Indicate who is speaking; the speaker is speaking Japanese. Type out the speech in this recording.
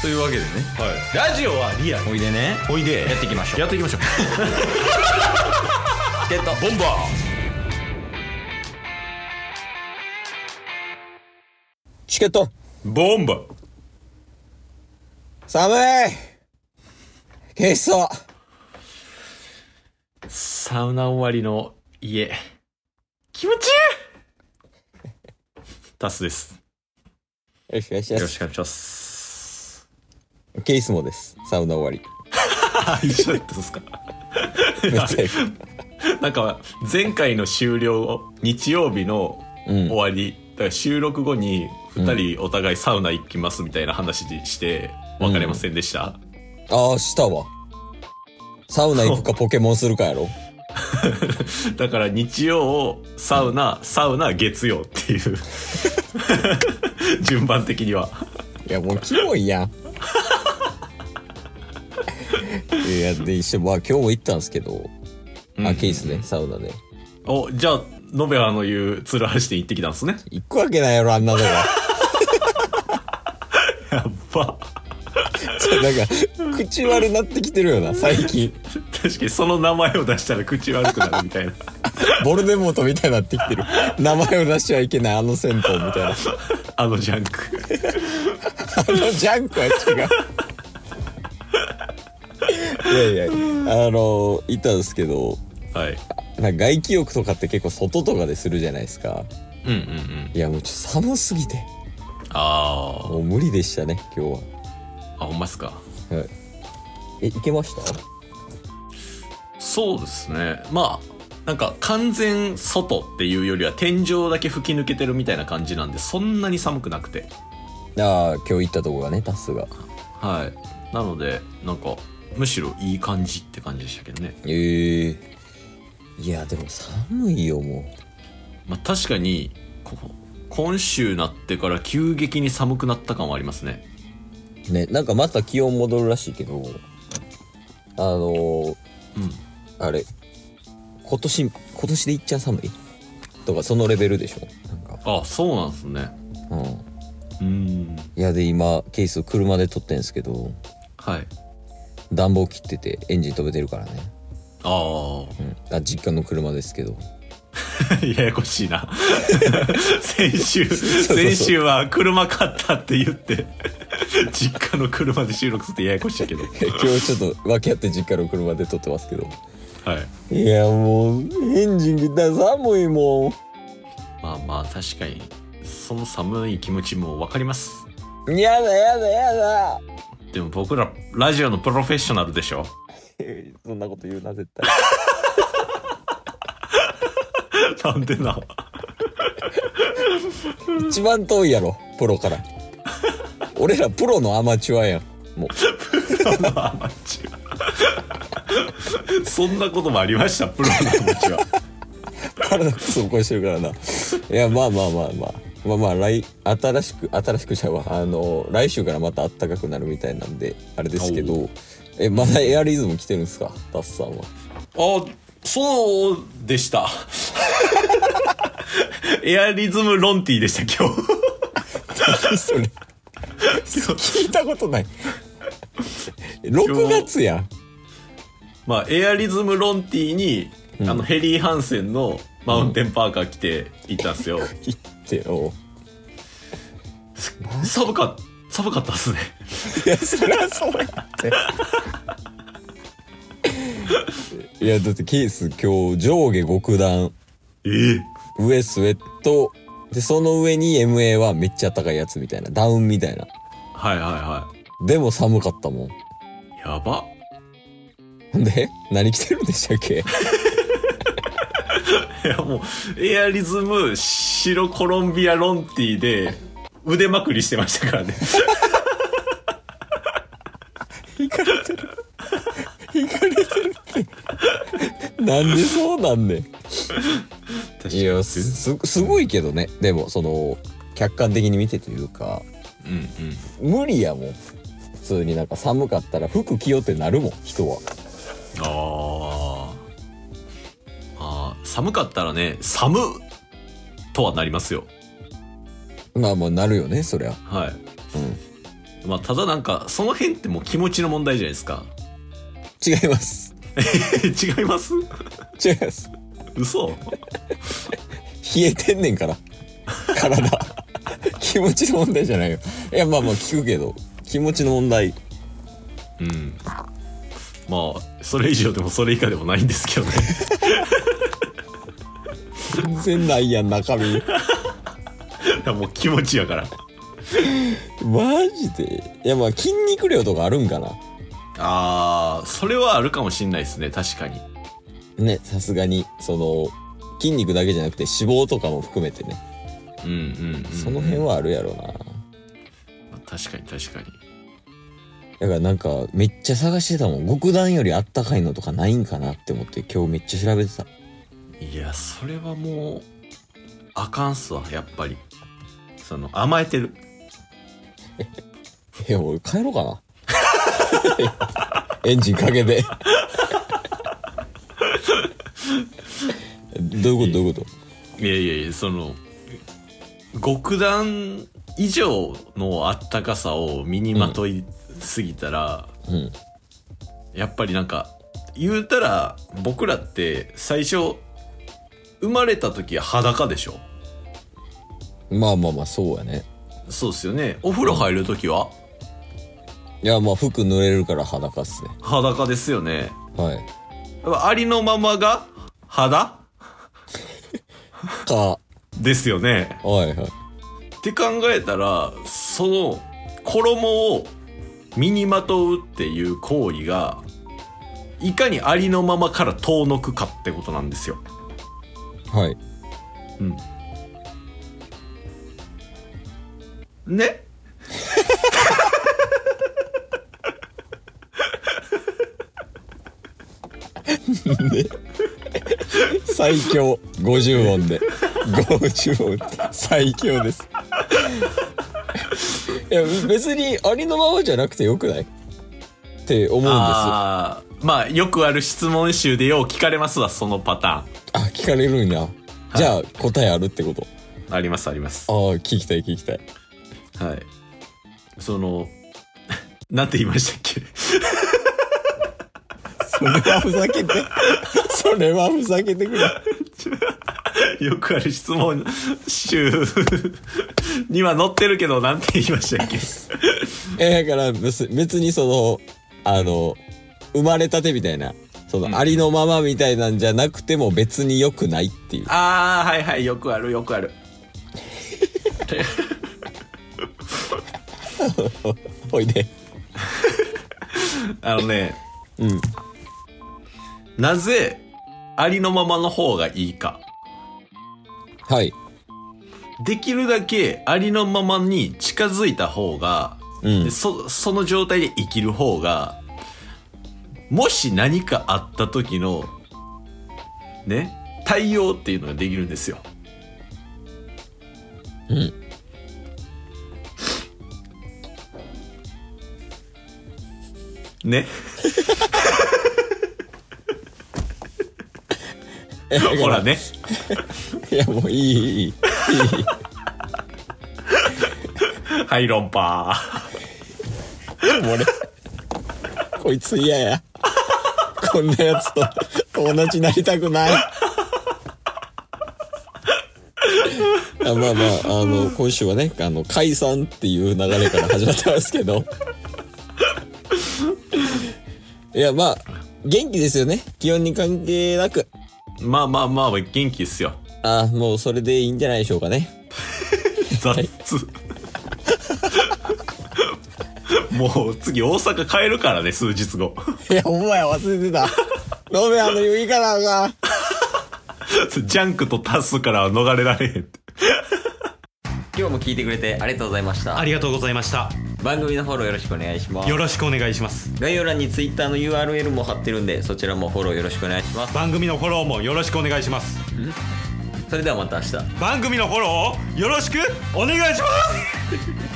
Speaker 1: というわけでね
Speaker 2: はい、ラジオはリアル
Speaker 1: おいでね
Speaker 2: おいで
Speaker 1: やっていきましょう
Speaker 2: やっていきましょう
Speaker 1: チケットボンバー
Speaker 3: チケット
Speaker 2: ボンバ
Speaker 3: 寒い消しそう
Speaker 2: サウナ終わりの家気持ちいいタスです
Speaker 3: よろしくお願いしま
Speaker 2: よろし
Speaker 3: す。
Speaker 2: くお願いします
Speaker 3: ケイスモです。サウナ終わ
Speaker 2: あ一緒だったん ですか
Speaker 3: り。めっちゃいい。
Speaker 2: なんか前回の終了日曜日の
Speaker 3: うん
Speaker 2: 終わり、だから収録後に2人お互いサウナ行きますみたいな話して別れませんでした、
Speaker 3: ああ、したわ。サウナ行くかポケモンするかやろ。
Speaker 2: だから日曜サウナ、サウナ月曜っていう 順番的にはい
Speaker 3: や、もうキモいやん。いや、で、一緒、まあ今日も行ったんですけど、あ、ケイスね、サウナで。
Speaker 2: おじゃあノベアの言う鶴橋店行ってきたんですね
Speaker 3: 行くわけないやろ、あんなとこ。
Speaker 2: やっぱ
Speaker 3: ちょなんか、口悪なってきてるよな、最近。
Speaker 2: 確かにその名前を出したら口悪くなるみた いな
Speaker 3: ボルデモートみたいになってきてる。名前を出してはいけない、あの戦法みたいな。
Speaker 2: あのジャンク
Speaker 3: あのジャンクは違う。いやいや、あの、いたんですけど、
Speaker 2: はい
Speaker 3: なんか外気浴とかって結構外とかでするじゃないですか。
Speaker 2: うんうんうん
Speaker 3: いや、もうちょっと寒すぎて、
Speaker 2: あー
Speaker 3: もう無理でしたね、今日
Speaker 2: あほんまっすか
Speaker 3: は。はい。え、行けました
Speaker 2: そうですねまあなんか完全外っていうよりは天井だけ吹き抜けてるみたいな感じなんでそんなに寒くなくて
Speaker 3: ああ、今日行ったとこがね、タスが。
Speaker 2: はいなのでなんかむしろいい感じって感じでしたけどね、
Speaker 3: ええいや、でも寒いよ、も
Speaker 2: まあ、確かにこ今週なってから急激に寒くなった感はありますね
Speaker 3: う。ね、なんかまた気温戻るらしいけど、あのー
Speaker 2: うん
Speaker 3: あれ、今年、今年でいっちゃ寒いとか、そのレベルでしょなんか。
Speaker 2: あそうなんですね
Speaker 3: うん。
Speaker 2: うん
Speaker 3: いや、で、今、ケース車で撮ってんですけど、
Speaker 2: はい
Speaker 3: 暖房切ってて、エンジン飛べてるからね。
Speaker 2: ああ
Speaker 3: うん。あ、実家の車ですけど。
Speaker 2: ややこしいな先週
Speaker 3: うそう
Speaker 2: 先週は車買ったって言って実家の車で収録するってややこしいけど
Speaker 3: 今日ちょっと分け合って実家の車で撮ってますけど。
Speaker 2: はい
Speaker 3: いや、もう、エンジン切ったら寒いも
Speaker 2: まあまあ確かにその寒い気持ちも分かります
Speaker 3: ん。やだやだやだ
Speaker 2: でも僕らラジオのプロフェッショナルでしょ
Speaker 3: そんなこと言うな、絶対。
Speaker 2: なんでな
Speaker 3: 一番遠いやろ、プロから。俺らプロのアマチュアやん。もう。
Speaker 2: アマチュアそんなこともありましたプロのアマチュア
Speaker 3: 体クソこしてるからな。いや、まあまあまあまあ。まあまあ、来、新しく、新しくちゃうわ。あの、来週からまた暖かくなるみたいなんで、あれですけど、え、まだエアリズム来てるんですかダッサンは。
Speaker 2: あそうでした エアリズムロンティーでした今日
Speaker 3: それ、 聞いたことない。6月やん。
Speaker 2: まあエアリズムロンティーに、あのヘリー・ハンセンのマウンテンパーカー着て行ったんですよ、
Speaker 3: 切ってよ。
Speaker 2: 寒か寒かったっすね
Speaker 3: いや、 そりゃそうやって。いや、だってケース今日上下極段、
Speaker 2: え
Speaker 3: 上スウェット、で、その上に MA はめっちゃ暖かいやつみたいな、ダウンみたいな。
Speaker 2: はいはいは
Speaker 3: でも寒かったもん。
Speaker 2: いやば
Speaker 3: ほんで、何着てるんでしたっけ
Speaker 2: いやもうエアリズム白コロンビアロンティーで腕まくりしてましたからね
Speaker 3: なんでそうなんね
Speaker 2: 確
Speaker 3: ん。いや、す、すごいけどね。でも、その、客観的に見てというか、
Speaker 2: うんうん
Speaker 3: 無理やもん。普通になんか寒かったら服着ようってなるもん、人は。
Speaker 2: あーまあ寒かったらね寒とはなりますよ
Speaker 3: まあまあなるよね、そりゃ。
Speaker 2: はい
Speaker 3: うん。
Speaker 2: まあ、ただなんか、その辺ってもう気持ちの問題じゃないですか。
Speaker 3: 違います。
Speaker 2: 違います
Speaker 3: 違います。
Speaker 2: 嘘
Speaker 3: 冷えてんねんから。 体。気持ちの問題じゃないよ。いや、まあまあ聞くけど、気持ちの問題。
Speaker 2: うん。まあ、それ以上でもそれ以下でもないんですけどね。
Speaker 3: 全然ないやん、中身。
Speaker 2: いやもう気持ちやから。
Speaker 3: マジで。いや、まあ筋肉量とかあるんかな。
Speaker 2: ああ、それはあるかもしんないですね、確かに。
Speaker 3: ね、さすがに、その、筋肉だけじゃなくて脂肪とかも含めてね。
Speaker 2: うんうん、うん。
Speaker 3: その辺はあるやろな。
Speaker 2: 確かに確かに。
Speaker 3: だからなんか、めっちゃ探してたもん。極暖よりあったかいのとかないんかなって思って、今日めっちゃ調べてた。
Speaker 2: いや、それはもう、あかんっすわ、やっぱり。その、甘えてる。
Speaker 3: いや、俺帰ろうかな。 エンジンかけて。どういうことどういうこと
Speaker 2: いやいやいや、その、極段以上のあったかさを身にまといすぎたら、
Speaker 3: うん。
Speaker 2: やっぱりなんか、言うたら、僕らって最初、生まれた時は裸でしょ
Speaker 3: まあまあまあ、そうやね。
Speaker 2: そうっすよね。お風呂入る時はい
Speaker 3: や、まあ服濡れるから裸っすね。
Speaker 2: 裸ですよね。
Speaker 3: はい。
Speaker 2: ありのままが肌
Speaker 3: か、は
Speaker 2: ですよね。
Speaker 3: いはい。
Speaker 2: って考えたら、その衣を身にまとうっていう行為が、いかにありのままから遠のくかってことなんですよ。
Speaker 3: はい。
Speaker 2: うん。ね
Speaker 3: 最強。50音で。50音。最強です。いや、別にありのままじゃなくてよくないって思うんです。
Speaker 2: あ
Speaker 3: あ
Speaker 2: ーまあ、よくある質問集でよう聞かれますわ、そのパタ
Speaker 3: 聞かれるんや。じゃあ答えあるってこと。
Speaker 2: ーン。あります、あります。
Speaker 3: ああ、聞きたい聞きたい。
Speaker 2: はい。その、 なんて言いましたっけ
Speaker 3: それはふざけて。それはふざけてくれ。
Speaker 2: よくある質問集には載ってるけど、なんて言いましたっけ
Speaker 3: え、だから別別にその、あの、生まれたてみたいな、その、ありのままみたいなんじゃなくても別に良くないっていう。
Speaker 2: ああ、はいはい、よくある、よくある。
Speaker 3: ほいで。
Speaker 2: あのね、
Speaker 3: うん。
Speaker 2: なぜ、ありのままの方がいいか。
Speaker 3: はい。
Speaker 2: できるだけありのままに近づいた方が、
Speaker 3: うん
Speaker 2: でそその状態で生きる方が、もし何かあった時の、ね、対応っていうのができるんですよ。
Speaker 3: うん。
Speaker 2: ね。
Speaker 3: えだから
Speaker 2: ほらね。
Speaker 3: いや、もういい、いい、いい。
Speaker 2: はい、論破。
Speaker 3: もう俺、こいつ嫌や。こんなやつと友達になりたくない。あまあまあ、あの、今週はね、あの、解散っていう流れから始まってますけど。いや、まあ、元気ですよね。気温に関係なく。
Speaker 2: まあまあまあ、元気っすよ。
Speaker 3: あもうそれでいいんじゃないでしょうかね。
Speaker 2: 雑。もう次大阪帰るからね、数日後。
Speaker 3: いや、お前忘れて た。飲めあの言いからが。
Speaker 2: ジャンクとタスからは逃れられへんって。
Speaker 1: 今日も聞いてくれてありがとうございました
Speaker 4: ありがとうございました。
Speaker 1: 番組のフォローよろしくお願いします
Speaker 4: よろしくお願いします。
Speaker 1: 概要欄に Twitter の URL も貼ってるんでそちらもフォローよろしくお願いします
Speaker 4: 番組のフォローもよろしくお願いします。
Speaker 1: それではまた明日
Speaker 4: 番組のフォローをよろしくお願いします